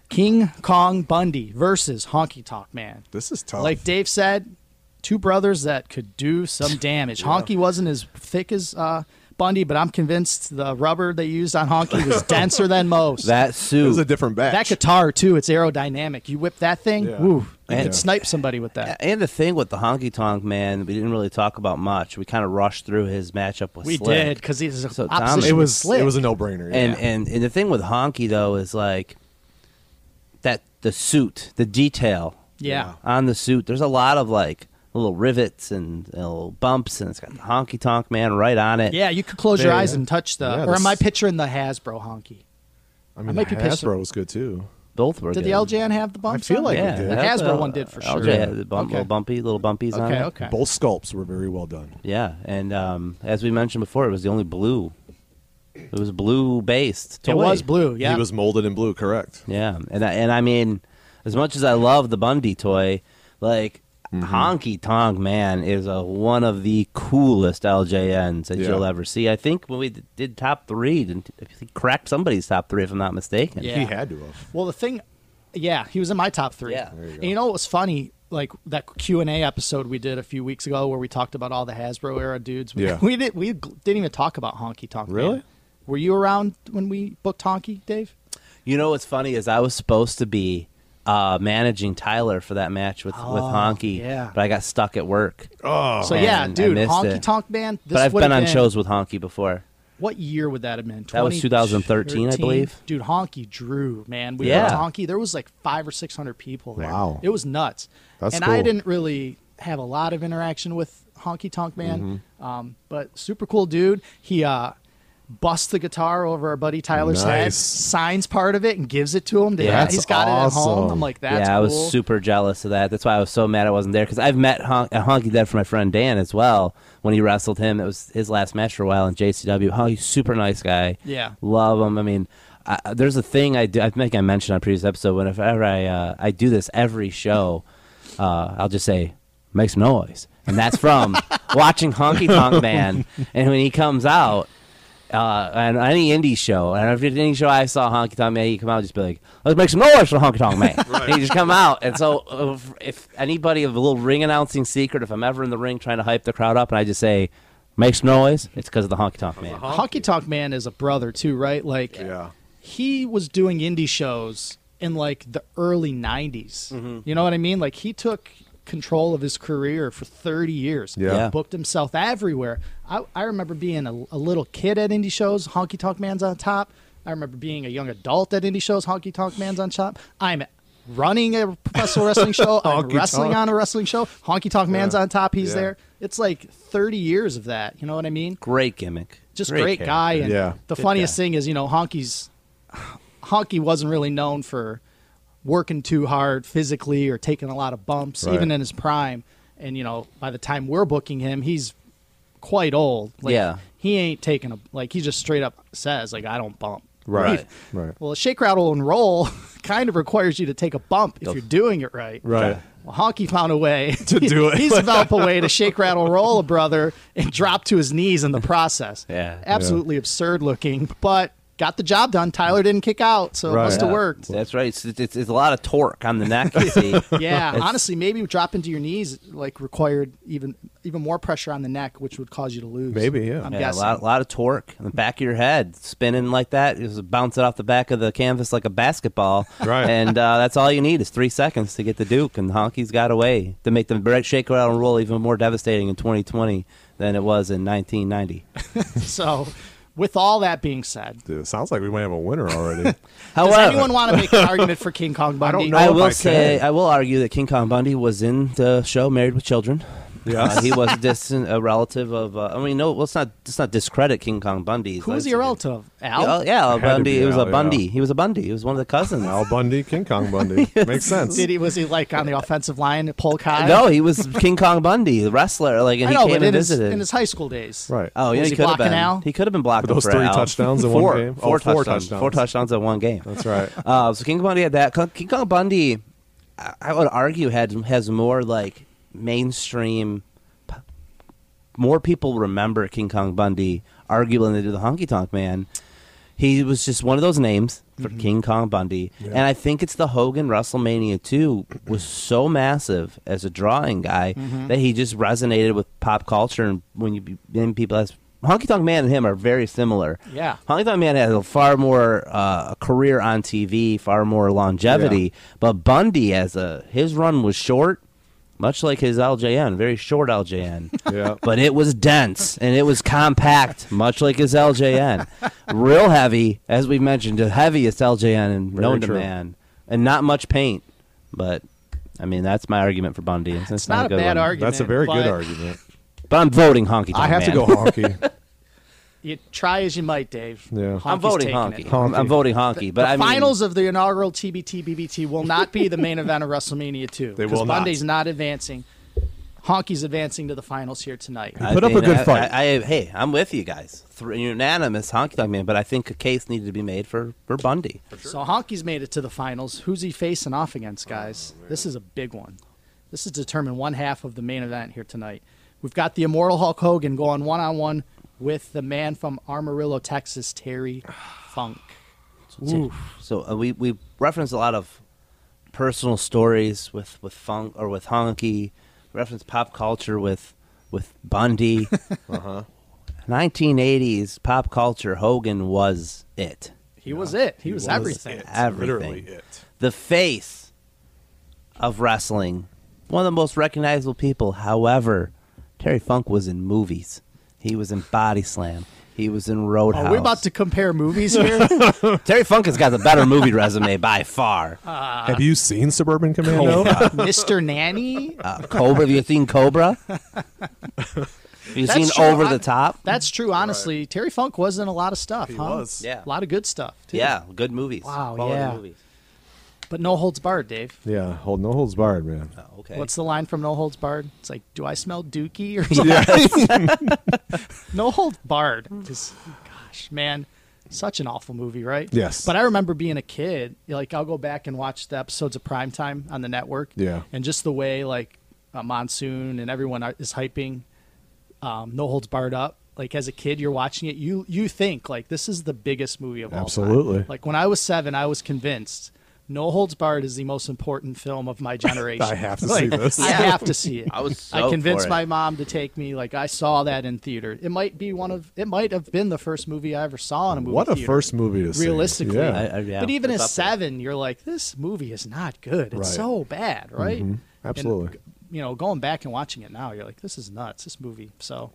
King Kong Bundy versus Honky Tonk Man. This is tough. Like Dave said, two brothers that could do some damage. Honky wasn't as thick as uh, Bundy, but I'm convinced the rubber they used on Honky was denser than most. That it was suit. a different batch. That guitar too, it's aerodynamic. You whip that thing, Yeah. woo, you Yeah. could snipe somebody with that. and the thing with the honky tonk man, we didn't really talk about much. We kind of rushed through his matchup with We Slick. did because he's So, Tom, opposition. it was. slick. It was a no-brainer. And, yeah. and and the thing with honky though is like that the suit, the detail yeah. on the suit. There's a lot of like little rivets and, and little bumps, and it's got the honky tonk man right on it. yeah, You could close your Yeah, eyes yeah. and touch the. Yeah, or am I this- picturing the Hasbro honky? I mean, I might the be pissed. Hasbro was good too. both were. Did good. the LJN have the bumps? feel on like it? it Yeah, did. the that's Hasbro a- one did for sure. LJ had the bump, Okay. little bumpy, little bumpies on Okay, it. okay. Both sculpts were very well done. Yeah, and um, as we mentioned before, it was the only blue. It was blue based. It was blue. Yeah, He was molded in blue, correct? Yeah, and I, and I mean, as much as I love the Bundy toy, like Honky Tonk Man is a, one of the coolest LJNs that Yeah. you'll ever see. I think when we d- did top three, didn't- I think cracked somebody's top three, if I'm not mistaken. Yeah. He had to have. Well, the thing Yeah, he was in my top three. Yeah. There you you go. and you know what was funny? Like that Q and A episode we did a few weeks ago, where we talked about all the Hasbro era dudes. We, Yeah. we did. We didn't even talk about Honky Tonk. Man. Really? Were you around when we booked Honky, Dave? You know what's funny is I was supposed to be uh, managing Tyler for that match with, with Honky, Oh, yeah. but I got stuck at work. Oh, so yeah, man, I dude, missed Honky it. Tonk Man. This but I've would've been on shows with Honky before. What year would that have been? That was 2013, I 2013? believe. Dude, Honky drew, man. We Yeah. yeah. Honky. There was like five or six hundred people there. Wow. it was nuts. That's and cool. I didn't really have a lot of interaction with Honky Tonk Man, Mm-hmm. um, but super cool dude. He uh, busts the guitar over our buddy Tyler's head, Nice. signs part of it, and gives it to him. To, yeah, That's he's got it at home. awesome. I'm like, that's yeah, I was cool. super jealous of that. That's why I was so mad I wasn't there because I've met Hon- uh, Honky Dead for my friend Dan as well when he wrestled him. It was his last match for a while in JCW. Honky's super nice guy. Yeah. love him. I mean, I, there's a thing I do. I think I mentioned on a previous episode. Whenever I uh, I do this every show, uh, I'll just say make some noise, and that's from watching Honky Tonk Man. And when he comes out, uh, and any indie show, and if it's any show I saw Honky Tonk Man, he come out and just be like, "Let's make some noise for Honky Tonk Man." And he just come out, and so uh, if- if anybody of a little ring announcing secret, if I'm ever in the ring trying to hype the crowd up, and I just say, "Make some noise," it's because of the Honky Tonk Man. Honky Tonk Man is a brother too, right? Like, Yeah. he was doing indie shows in like the early 90s. Mm-hmm. You know what I mean? Like, he took control of his career for 30 years. Yeah. Yeah. Booked himself everywhere. I, I remember being a, a little kid at indie shows, Honky Tonk Man's on top. I remember being a young adult at indie shows, Honky Tonk Man's on top. I'm running a professional wrestling show, I'm Honky wrestling Tonk. on a wrestling show, Honky Tonk Man's Yeah. on top, he's Yeah. there. It's like 30 years of that. You know what I mean? Great gimmick. just great, character. guy. And Yeah. the Good funniest guy. thing is, you know, Honky's Honky wasn't really known for working too hard physically or taking a lot of bumps, Right. even in his prime. And you know, by the time we're booking him, he's quite old. Like, Yeah. he ain't taking a like. He just straight up says, like, I don't bump. Right. Right. Well, a shake, rattle, and roll kind of requires you to take a bump if you're doing it right. Right. Well, Honky found a way To do it. He's developed a way to shake, rattle, roll a brother and drop to his knees in the process. Yeah. absolutely absurd looking, but got the job done. Tyler didn't kick out, so Right. it must Yeah. have worked. That's right. It's, it's, it's a lot of torque on the neck. You see. Yeah, honestly, maybe dropping to your knees like required even even more pressure on the neck, which would cause you to lose. Maybe, yeah. I'm Yeah, guessing. a lot, lot of torque in the back of your head, spinning like that. It was bouncing off the back of the canvas like a basketball. Right. And uh, that's all you need is three seconds to get the Duke. And Honky's got away to make the break, shake, rattle, and roll even more devastating in 2020 than it was in 1990. So, with all that being said, Dude, it sounds like we might have a winner already. does However, anyone want to make an argument for King Kong don't Bundy? know I if will I say, can. I will argue that King Kong Bundy was in the show Married with Children. Yes. Uh, he was a distant a relative of. Uh, I mean, no, let's not let's not discredit King Kong Bundy. Who was Let's- your relative? of? Al? Yeah, yeah, Al Had to Bundy. be He was Al, a yeah. Bundy. He was a Bundy. He was one of the cousins. Al Bundy, King Kong Bundy. Makes sense. Did he was he like on the offensive line at Polkai? No, he was King Kong Bundy, the wrestler. Like, and I he know, came but and in his, visited. in his high school days, Right. oh, yeah, was he he could have blocking been. Al? He could have been blocking Those for three Al. touchdowns in one four, game? Oh, Four, four touchdowns. Four touchdowns. touchdowns in one game. That's right. Uh, so King Kong Bundy had that. Con- King Kong Bundy, I I would argue, had has more like mainstream. p- More people remember King Kong Bundy, arguably, than they do the Honky Tonk Man. He was just one of those names for King Kong Bundy, and I think it's the Hogan WrestleMania two was so massive as a drawing guy that he just resonated with pop culture. And when you then people ask, Honky Tonk Man and him are very similar. Yeah. Honky Tonk Man has a far more uh, career on TV, far more longevity. But Bundy, as a his run was short, much like his LJN, very short LJN. Yeah. But it was dense and it was compact, much like his LJN. Real heavy, as we mentioned, the heaviest LJN and Very known to true. man, and not much paint. But I mean, that's my argument for Bundy. It's, It's not a good bad one. argument. That's a very but good argument. But I'm voting Honky Tonk I have to Man. go honky. You try as you might, Dave. Yeah. Honky's I'm voting taking honky. it. Honky. I'm voting honky. But the I mean, finals of the inaugural TBT BBT will not be the main event of WrestleMania 2. They because will not. Monday's not advancing. Honky's advancing to the finals here tonight. I Put up a mean, good I- fight. I, I- hey, I'm with you guys. Three, unanimous honky tonk man, but I think a case needed to be made for, for Bundy. So Honky's made it to the finals. Who's he facing off against, guys? Oh, this is a big one. This is determined one half of the main event here tonight. We've got the immortal Hulk Hogan going one on one with the man from Amarillo, Texas, Terry Funk. So uh, we we reference a lot of personal stories with with funk or with honky, reference pop culture with with Bundy. Uh-huh. 1980s pop culture. Hogan was it. He was it. He, was, everything. it. Everything. Literally it. the face of wrestling, one of the most recognizable people. However, Terry Funk was in movies. He was in Body Slam. He was in Roadhouse. Are we about to compare movies here? Oh, Terry Funk has got the better movie resume by far. Have you seen Suburban Commando? Mr. Nanny? Uh, Cobra. Have you seen Cobra? Have you That's seen true. Over I- the Top? That's true, honestly. Terry Funk was in a lot of stuff, He huh? was. Yeah. A lot of good stuff, too. yeah, good movies. Wow, Quality yeah. Movies. But No Holds Barred, Dave. yeah, hold no holds barred, man. Oh, okay. What's the line from No Holds Barred? It's like, do I smell dookie or something? no Holds Barred. Just, gosh, man, such an awful movie, right? Yes. But I remember being a kid, like, I'll go back and watch the episodes of Primetime on the network. Yeah. And just the way, like, uh, Monsoon and everyone are- is hyping um, No Holds Barred up. Like as a kid, you're watching it. You you think like this is the biggest movie of all time. Absolutely. Like when I was seven, I was convinced No Holds Barred is the most important film of my generation. I have to Like, see this. I have to see it. I was so I convinced for it. my mom to take me. Like I saw that in theater. It might be one of. It might have been the first movie I ever saw in a movie. What a theater, first movie to see. Realistically, Yeah. I- I- yeah, but even at it's up there. seven, you're like, this movie is not good. It's Right. Mm-hmm. so bad, right? Absolutely. And, you know, going back and watching it now, you're like, this is nuts. This movie. So,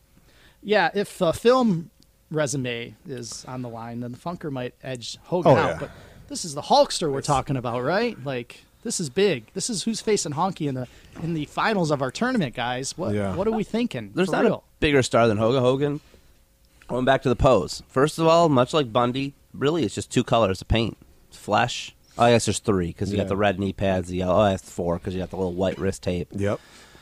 yeah, if a film resume is on the line, then the Funker might edge Hogan Oh, out. yeah. But this is the Hulkster we're talking about, right? Like. This is big. This is who's facing Honky in the in the finals of our tournament, guys. What Yeah. what are we thinking? There's For not real. a bigger star than Hogan. Hogan. Going back to the pose. First of all, much like Bundy, really it's just two colors of paint. It's flesh. Oh, I guess there's three because you Yeah. got the red knee pads. The yellow. Oh, that's four because you got the little white wrist tape. Yep.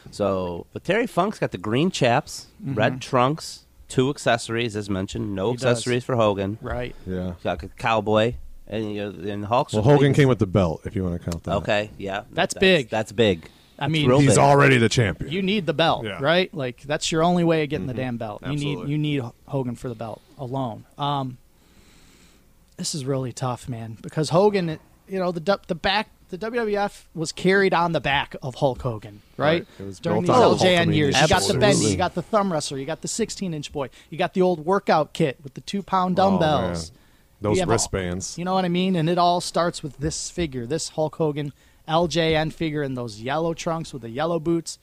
So, but Terry Funk's got the green chaps, red trunks, two accessories as mentioned. No Mm-hmm. He does. accessories for Hogan. right. Yeah. He's got a cowboy and you know, and Hulk's. Well, Hogan came with the belt, if you want to count that. Okay, yeah, That's big. That's big. I mean, real He's big. already the champion. you need the belt, Yeah. Mm-hmm. right? Like that's your only way of getting the damn belt. Absolutely. You need you need Hogan for the belt alone. Um, this is really tough, man, because Hogan, you know, the du- the back the WWF was carried on the back of Hulk Hogan, right? Right. It was During these built on LJN Hulkamania. years, you got the Absolutely. bendy, you got the thumb wrestler, you got the 16 inch boy, you got the old workout kit with the two pound Oh, man. dumbbells. Those You have all- wristbands. you know what I mean? And it all starts with this figure, this Hulk Hogan LJN figure in those yellow trunks with the yellow boots,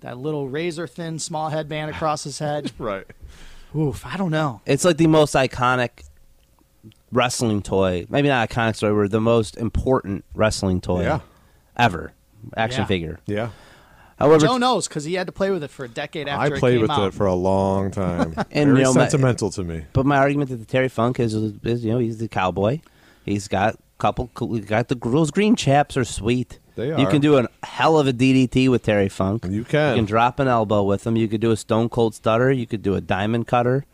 that little razor thin small headband across his head. right. Oof, I don't know. It's like the most iconic wrestling toy. Maybe not iconic story, but the most important wrestling toy Yeah. ever. Action Yeah. figure. Yeah. However, Joe knows because he had to play with it for a decade I after it played came with out. it for a long time. And, Very you know, my- sentimental to me. but my argument that the Terry Funk is, is you know he's the cowboy. He's got couple we got the those green chaps are sweet. They You are. can do a hell of a DDT with Terry Funk. You can. You can drop an elbow with him. You could do a Stone Cold Stutter. You could do a Diamond Cutter.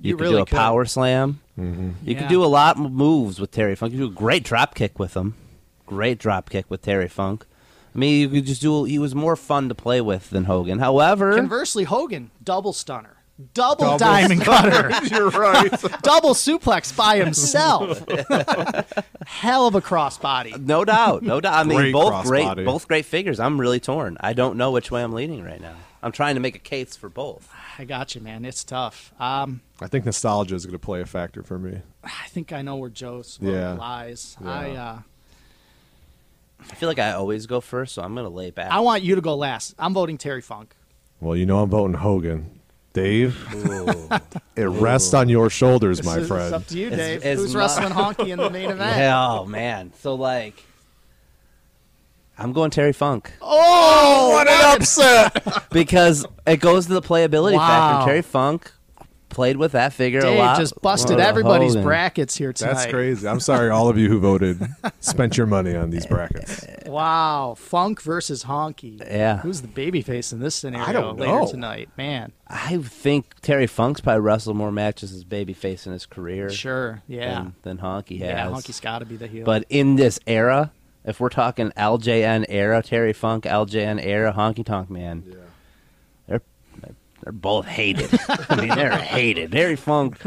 You, You could really do a could. Power Slam. Mm-hmm. You Yeah. could do a lot of moves with Terry Funk. You could do a great drop kick with him. Great drop kick with Terry Funk. I mean, you could just do. He was more fun to play with than Hogan. However, Conversely, Hogan, double stunner, double, Double diamond cutter, You're right. double suplex by himself. Hell of a crossbody. No doubt, no doubt. I mean, Great both crossbody. great, both great figures. I'm really torn. I don't know which way I'm leaning right now. I'm trying to make a case for both. I got you, man. It's tough. Um, I think nostalgia is going to play a factor for me. I think I know where Joe's where Yeah. lies. Yeah. I uh, I feel like I always go first, so I'm gonna lay back. I want you to go last. I'm voting Terry Funk. Well, you know I'm voting Hogan. Dave, it rests on your shoulders, my It's- It's friend. up to you, It's- Dave. it's Who's my- wrestling honky in the main event? oh man, so like, I'm going Terry Funk Oh, what an upset! because it goes to the playability Wow. factor. Terry Funk played with that figure a Dave lot. just busted Oh, everybody's Hogan. brackets here tonight. That's crazy. I'm sorry, all of you who voted spent your money on these brackets. Wow, Funk versus Honky. Yeah. who's the babyface in this scenario? I don't know. Later tonight, man. I think Terry Funk's probably wrestled more matches as babyface in his career Sure, yeah, than, than Honky has. yeah. Honky's got to be the heel. But in this era, if we're talking LJN era, Terry Funk, LJN era, Honky Tonk Man, they're they're both hated. I mean, they're hated. Terry Funk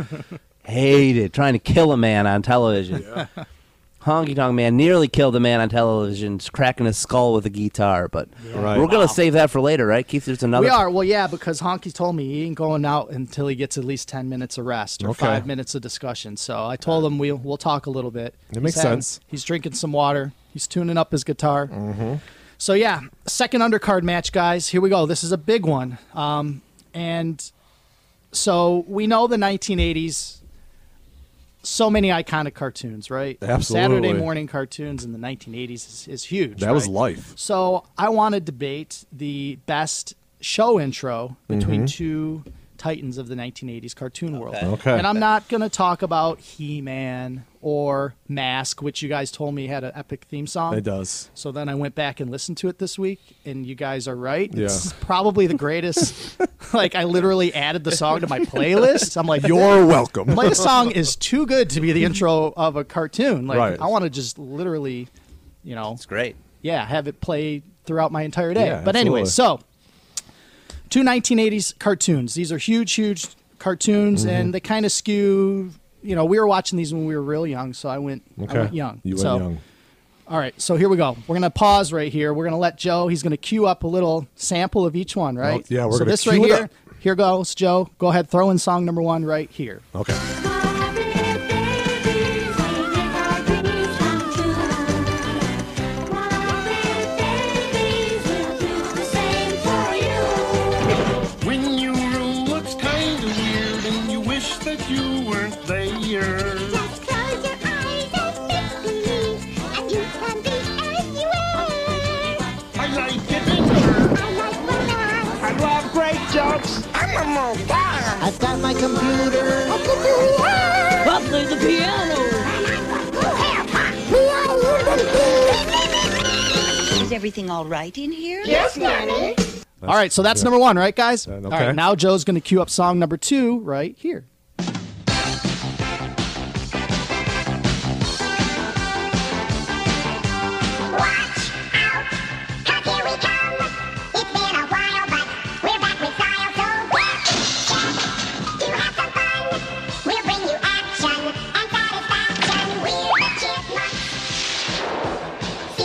hated, trying to kill a man on television. Honky Tonk Man nearly killed a man on television, just cracking his skull with a guitar. But Right. we're gonna save that for later, right, Keith? There's another. We are. Well, yeah, because Honky told me he ain't going out until he gets at least 10 minutes of rest or Okay. five minutes of discussion. So I told him we'll, we'll talk a little bit. It makes sense. He's drinking some water. He's tuning up his guitar. Mm-hmm. So, yeah, second undercard match, guys. Here we go. This is a big one. Um, and so we know the 1980s, so many iconic cartoons, right? Absolutely. Saturday morning cartoons in the 1980s is, is huge. That was right? life. So I want to debate the best show intro between two titans of the 1980s cartoon world. Mm-hmm. Okay. And I'm not going to talk about He-Man or Mask, which you guys told me had an epic theme song. It does. So then I went back and listened to it this week, and you guys are right. Yeah. It's probably the greatest. like I literally added the song to my playlist. I'm like, You're welcome. play a song is too good to be the intro of a cartoon. Like Right. I want to just literally, you know, It's great. yeah, have it play throughout my entire day. Yeah, but anyway, absolutely. so two 1980s cartoons. These are huge, huge cartoons, Mm-hmm. and they kind of skew. You know, we were watching these when we were real young, so I went, I went young. You went so, young. All right, so here we go. We're gonna pause right here. We're gonna let Joe. He's gonna cue up a little sample of each one, right? Oh, yeah, we're so gonna this right cue it here. up. Here goes, Joe. Go ahead, throw in song number one right here. Okay. When your room looks kinda weird and you wish that you weren't there. Just close your eyes and make believe, and you can be anywhere. I like adventure. I like bananas. I love great jokes. I'm a mobile. I've got my computer. I can do the air. I play the piano. And I've got blue hair. Huh? We are little bees. Is everything all right in here? Yes, Nanny. all right, so that's number one, right, guys? All okay. right, now Joe's gonna cue up song number two right here. Watch out, 'cause here we come. It's been a while, but we're back with style, so get set to have some fun. We'll bring you action and satisfaction. We're the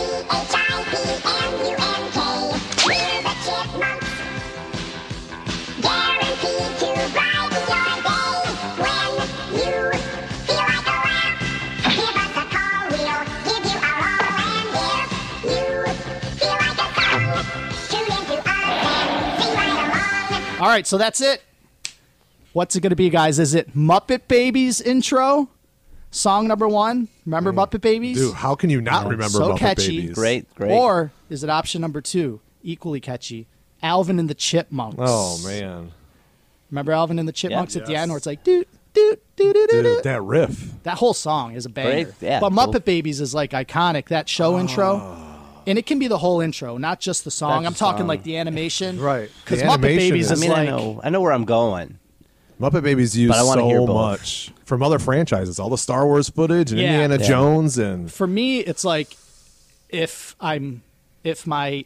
Chipmunks. C-H-I-P-M-U-N-K. We're the Chipmunks. Guaranteed to brighten your day when you feel like a laugh. Give us a call, we'll give you our all, and if you feel like a song, tune into us and sing right along. All right, so that's it. What's it going to be, guys? Is it Muppet Babies intro? Song number one. Remember Muppet Babies? Dude, how can you not Mm. remember so Muppet catchy. Babies? Great, great. Or is it option number two, equally catchy? Alvin and the Chipmunks. Oh man, Remember Alvin and the Chipmunks at the Yes. end where it's like, doot, doot, doot, doot, dude, doot, doot. that riff. That whole song is a banger. Right? Yeah. But Well- Muppet Babies is like iconic. That Ah. show intro. And it can be the whole intro, not just the song. That's I'm the talking song. like the animation. Right. Because The Muppet animation Babies I is- is mean, like. I know, I know where I'm going. Muppet Babies used But I wanna so hear both. much from other franchises, all the Star Wars footage and Yeah. Indiana Yeah. Jones, and for me it's like if i'm if my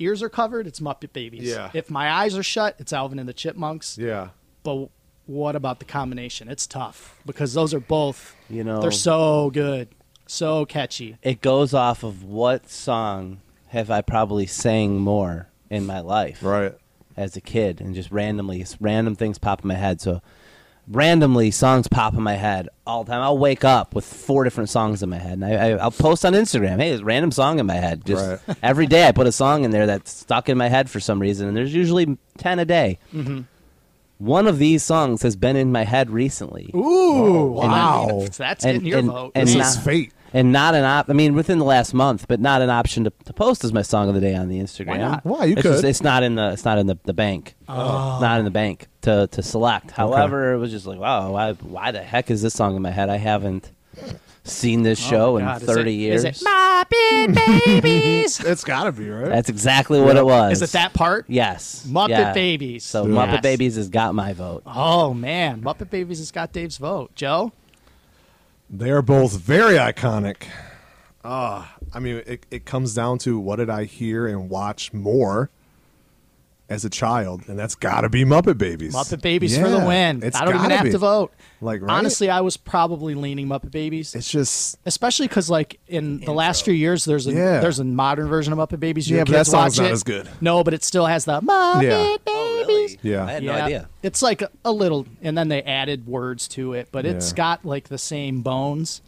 ears are covered it's muppet babies Yeah. if my eyes are shut it's alvin and the chipmunks yeah, but what about the combination it's tough because those are both You know. they're so good so catchy It goes off of what song have I probably sang more in my life, right. as a kid and just randomly s- random things pop in my head so randomly songs pop in my head all the time i'll wake up with four different songs in my head and I, I, i'll post on instagram hey there's a random song in my head just Right. every day i put a song in there that's stuck in my head for some reason and there's usually 10 a day Mm-hmm. one of these songs has been in my head recently ooh wow. that's And- getting your and- vote and This This now- is is- fate. and not an op i mean within the last month but not an option to, to post as my song of the day on the instagram Why not? Oh. Why? You it's could. it's not in the it's not in the, the bank not in the bank to to select however it was just like wow why, why the heck is this song in my head i haven't seen this show Oh, in Oh God, is 30 it- is years it muppet babies it's got to be right. that's exactly what it was is it that part yes muppet yeah. babies so Yes. muppet babies has got my vote oh man muppet babies has got dave's vote joe They are both very iconic. Ah, I mean, it, it comes down to what did I hear and watch more as a child, and that's got to be Muppet Babies. Muppet Babies for the Yeah, win. it's I don't even gotta have be. to vote. Like, right? honestly, I was probably leaning Muppet Babies, It's just especially because like in the last few years, there's a Yeah. there's a modern version of Muppet Babies. Your Yeah, but kids that song's watch not it. as good. No, but it still has the Muppet Yeah. Babies. Oh, really? Yeah. I had no Yeah. idea. It's like a, a little, and then they added words to it, but it's Yeah. got like the same bones.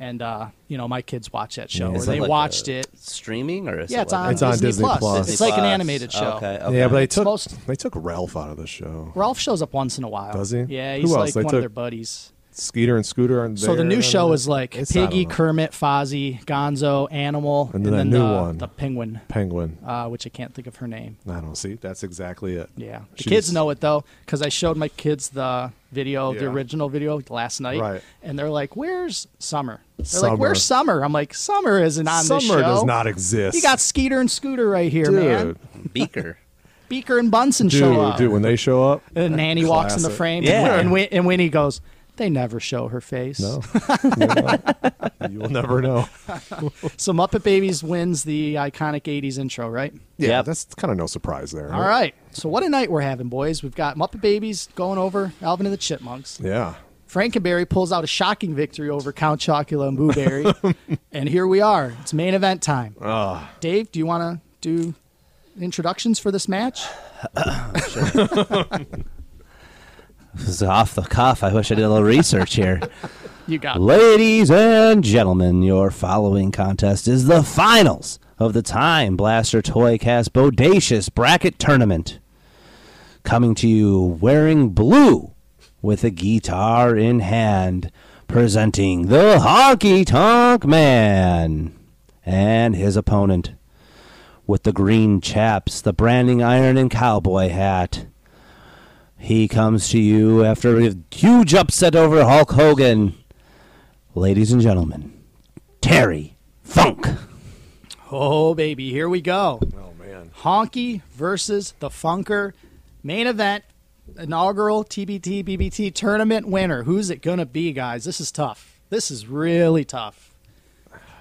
And uh, you know, my kids watch that show, or Is they like watched a it. Streaming or is Yeah, it it's like on, It's on Disney, Disney Plus. Plus. It's Disney like an Plus? animated show. Okay, okay. yeah, but they took most- they took Ralph out of the show. Ralph shows up once in a while. Does he? Yeah, Who he's else? like They one took- of their buddies. Skeeter and Scooter are So the new show is like Piggy, Kermit, Kermit, Fozzie, Gonzo, Animal, And then that the, new one. the penguin, Penguin. uh, which I can't think of her name. I don't see. That's exactly it. Yeah, the She's- kids know it though because I showed my kids the video, the Yeah. original video last night, Right. and they're like, "Where's Summer?" They're Summer. like, "Where's Summer?" I'm like, "Summer isn't on Summer this show. does not exist. You got Skeeter and Scooter right here, dude, man. Beaker. Beaker and Bunsen dude, show up, dude. When they show up, and Nanny walks in the Classic. frame, Yeah. and, Win- and Winnie goes, "They never show her face." no, you, know, you will never know. So Muppet Babies wins the iconic 80s intro, right? Yeah, Yep. that's kind of no surprise there. All right. So what a night we're having, boys. We've got Muppet Babies going over Alvin and the Chipmunks. Yeah, Frankenberry pulls out a shocking victory over Count Chocula and Boo Berry. and here we are. It's main event time. Dave, do you want to do introductions for this match? This is off the cuff. I wish I did a little research here. You got it. Ladies and gentlemen, your following contest is the finals of the Time Blaster Toy Cast Bodacious Bracket Tournament. Coming to you wearing blue with a guitar in hand, presenting the Honky Tonk Man and his opponent with the green chaps, the branding iron, and cowboy hat. He comes to you after a huge upset over Hulk Hogan ladies and gentlemen, Terry Funk. Oh, baby. Here we go. Oh, man. Honky versus the Funker. Main event, inaugural TBT BBT tournament winner. Who's it going to be, guys? This is tough. This is really tough.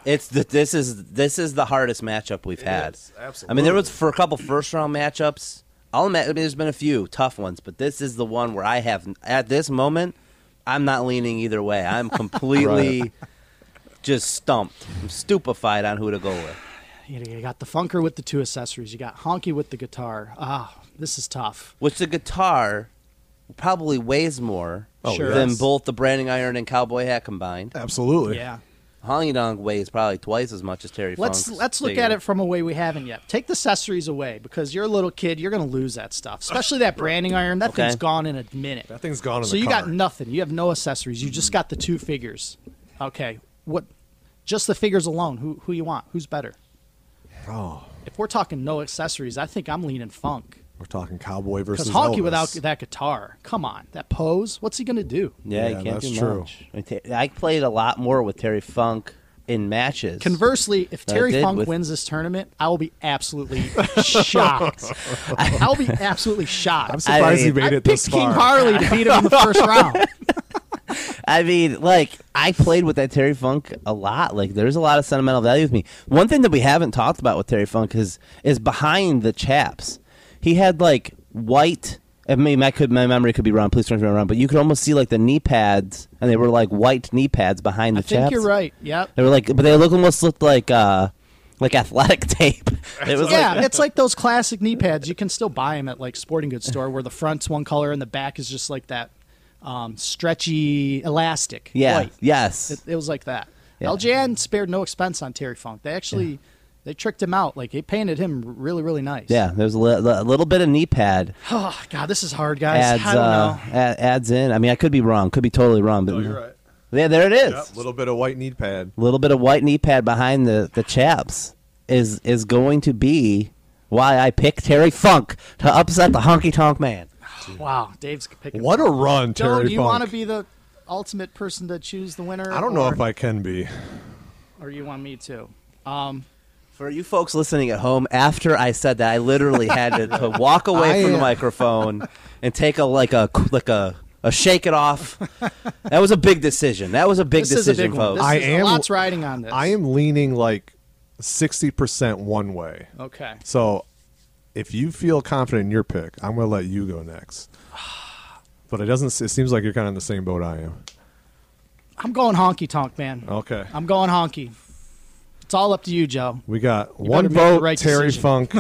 It's the, this is this is the hardest matchup we've had. absolutely. I mean, there was for a couple first round matchups. I'll admit, I mean, there's been a few tough ones, but this is the one where I have at this moment, I'm not leaning either way. I'm completely just stumped. I'm stupefied on who to go with. You know, you got the funker with the two accessories. You got honky with the guitar. Ah, this is tough. Which the guitar probably weighs more Sure. than Oh, yes. both the branding iron and cowboy hat combined. absolutely. Yeah. Honky Dong weighs probably twice as much as Terry Let's Funk's let's look figure. at it from a way we haven't yet. Take the accessories away because you're a little kid. You're going to lose that stuff, especially that branding iron. That Okay. thing's gone in a minute. That thing's gone in so the you car. Mm-hmm. got nothing. You have no accessories. You just got the two figures. Okay. What? Just the figures alone. Who who you want? Who's better? Oh, If we're talking no accessories, I think I'm leaning funk. we're talking cowboy Because versus honky Elvis. without that guitar, come on, that pose. What's he going to do? Yeah, Yeah, you can't that's do true. much. I, mean, Ta- I played a lot more with Terry Funk in matches. Conversely, if I Terry did Funk with- wins this tournament, I will be absolutely shocked. I'll be absolutely shocked. I'm surprised you made I it this picked far. King Harley to beat him in the first round. I mean, like I played with that Terry Funk a lot. Like there's a lot of sentimental value with me. One thing that we haven't talked about with Terry Funk is is behind the chaps. He had like white. I mean, I could my memory could be wrong. Please correct me if I'm wrong. But you could almost see like the knee pads, and they were like white knee pads behind the I think chaps. you're right. Yep. They were like, but they look almost looked like uh like athletic tape. It was Yeah, like it's like those classic knee pads. You can still buy them at like sporting goods store where the front's one color and the back is just like that um, stretchy elastic. yeah, white. yes. It, it was like that. Yeah. LJN spared no expense on Terry Funk. They actually they tricked him out. Like they painted him really really nice. Yeah, there's a, li- a little bit of knee pad Oh God, this is hard, guys. adds I don't uh, know. a- adds in. I mean, I could be wrong, could be totally wrong, but right. yeah, there it is. Yep, little-, little bit of white knee pad. bit of white knee pad behind the the chaps is is going to be why I picked Terry Funk to upset the honky tonk man. Wow, Dave's picking. What a run, Joe, Terry do you Funk. want to be the ultimate person to choose the winner? I don't know or, if I can be. Or you want me to? For you folks listening at home, after I said that, I literally had to, to walk away I, from the uh, microphone and take a like a like a a shake it off. That was a big decision. That was a big This decision, is a big one. folks. This I is, am- a lot's riding on this. I am leaning like sixty percent one way. okay. So if you feel confident in your pick, I'm going to let you go next. But it doesn't. It seems like you're kind of in the same boat I am. I'm going honky tonk, man. Okay. I'm going honky. It's all up to you, Joe. we got You one better make the vote right Terry decision. Funk.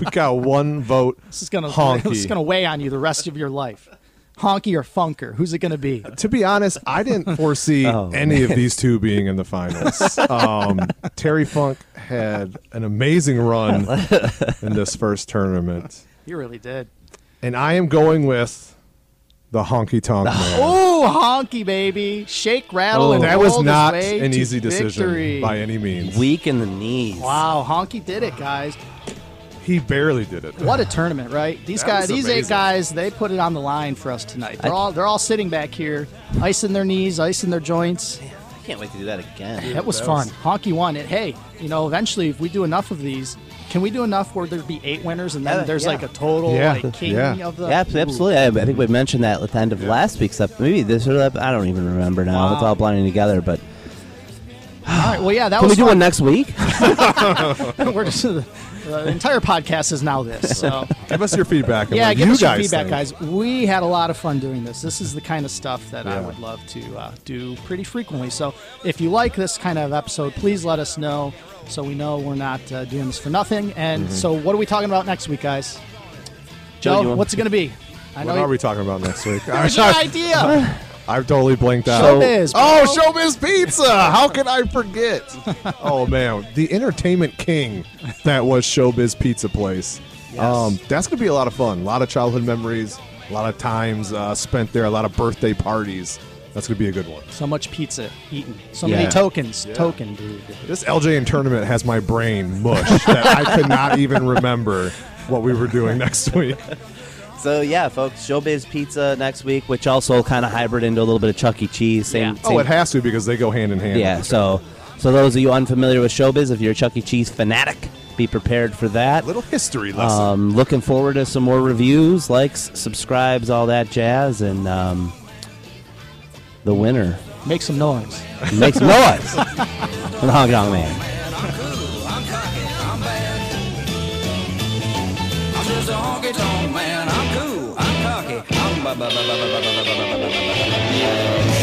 we got one vote This is gonna honky. this is gonna weigh on you the rest of your life. Honky or funker? Who's it gonna be? to be honest, I didn't foresee Oh, any of these two being in the finals. Um, Terry Funk had an amazing run in this first tournament, You really did. and I am going with the Honky Tonk Man. Oh. Ooh, honky baby, shake, rattle, and that was roll his not way an to easy decision victory. by any means. Weak in the knees. Wow, honky did it, guys. he barely did it. What a tournament, right? These That guys, was these eight amazing. guys, they put it on the line for us tonight. They're all they're all sitting back here, icing their knees, icing their joints. I can't wait to do that again. That was fun. Honky won it. Hey, you know, eventually, if we do enough of these, can we do enough where there'd be eight winners and then Yeah, there's yeah. like a total Yeah, like king yeah. of the? Yeah, ab- absolutely. I, I think we mentioned that at the end of last week's episode. Maybe this or that. I don't even remember now. It's Wow. all blending together. But Ooh. All right. Well, yeah, that can we was. do one next week? fun. We're just, the, the entire podcast is now this. So Give us your feedback. on yeah, what give you us your guys feedback, think. guys. We had a lot of fun doing this. This is the kind of stuff that I Yeah. would love to uh, do pretty frequently. So if you like this kind of episode, please let us know so we know we're not uh, doing this for nothing. And Mm-hmm. so, what are we talking about next week, guys? Joe, you Joe, want- what's it going to be? I What you- are we talking about next week? I, There's your idea. I've totally blanked out. Showbiz, bro. oh, Showbiz Pizza! How could I forget? oh man, the entertainment king that was Showbiz Pizza Place. Um, that's gonna be a lot of fun. A lot of childhood memories. A lot of times uh, spent there. A lot of birthday parties. That's gonna be a good one. So much pizza eaten. So Yeah. many tokens. Token, dude. This LJN tournament has my brain mush that I could not even remember what we were doing next week. So yeah, folks, Showbiz Pizza next week, which also kind of hybrid into a little bit of Chuck E. Cheese. Same. Yeah. Oh, same- it has to because they go hand in hand. yeah. So, so those of you unfamiliar with Showbiz, if you're a Chuck E. Cheese fanatic, be prepared for that. A little history lesson. Um, looking forward to some more reviews, likes, subscribes, all that jazz, and um, the winner Make some noise. makes noise. the Hong Kong Man. I'm just a honky tonk man. I'm cool. I'm cocky. I'm ba ba ba ba ba ba ba ba ba ba ba ba.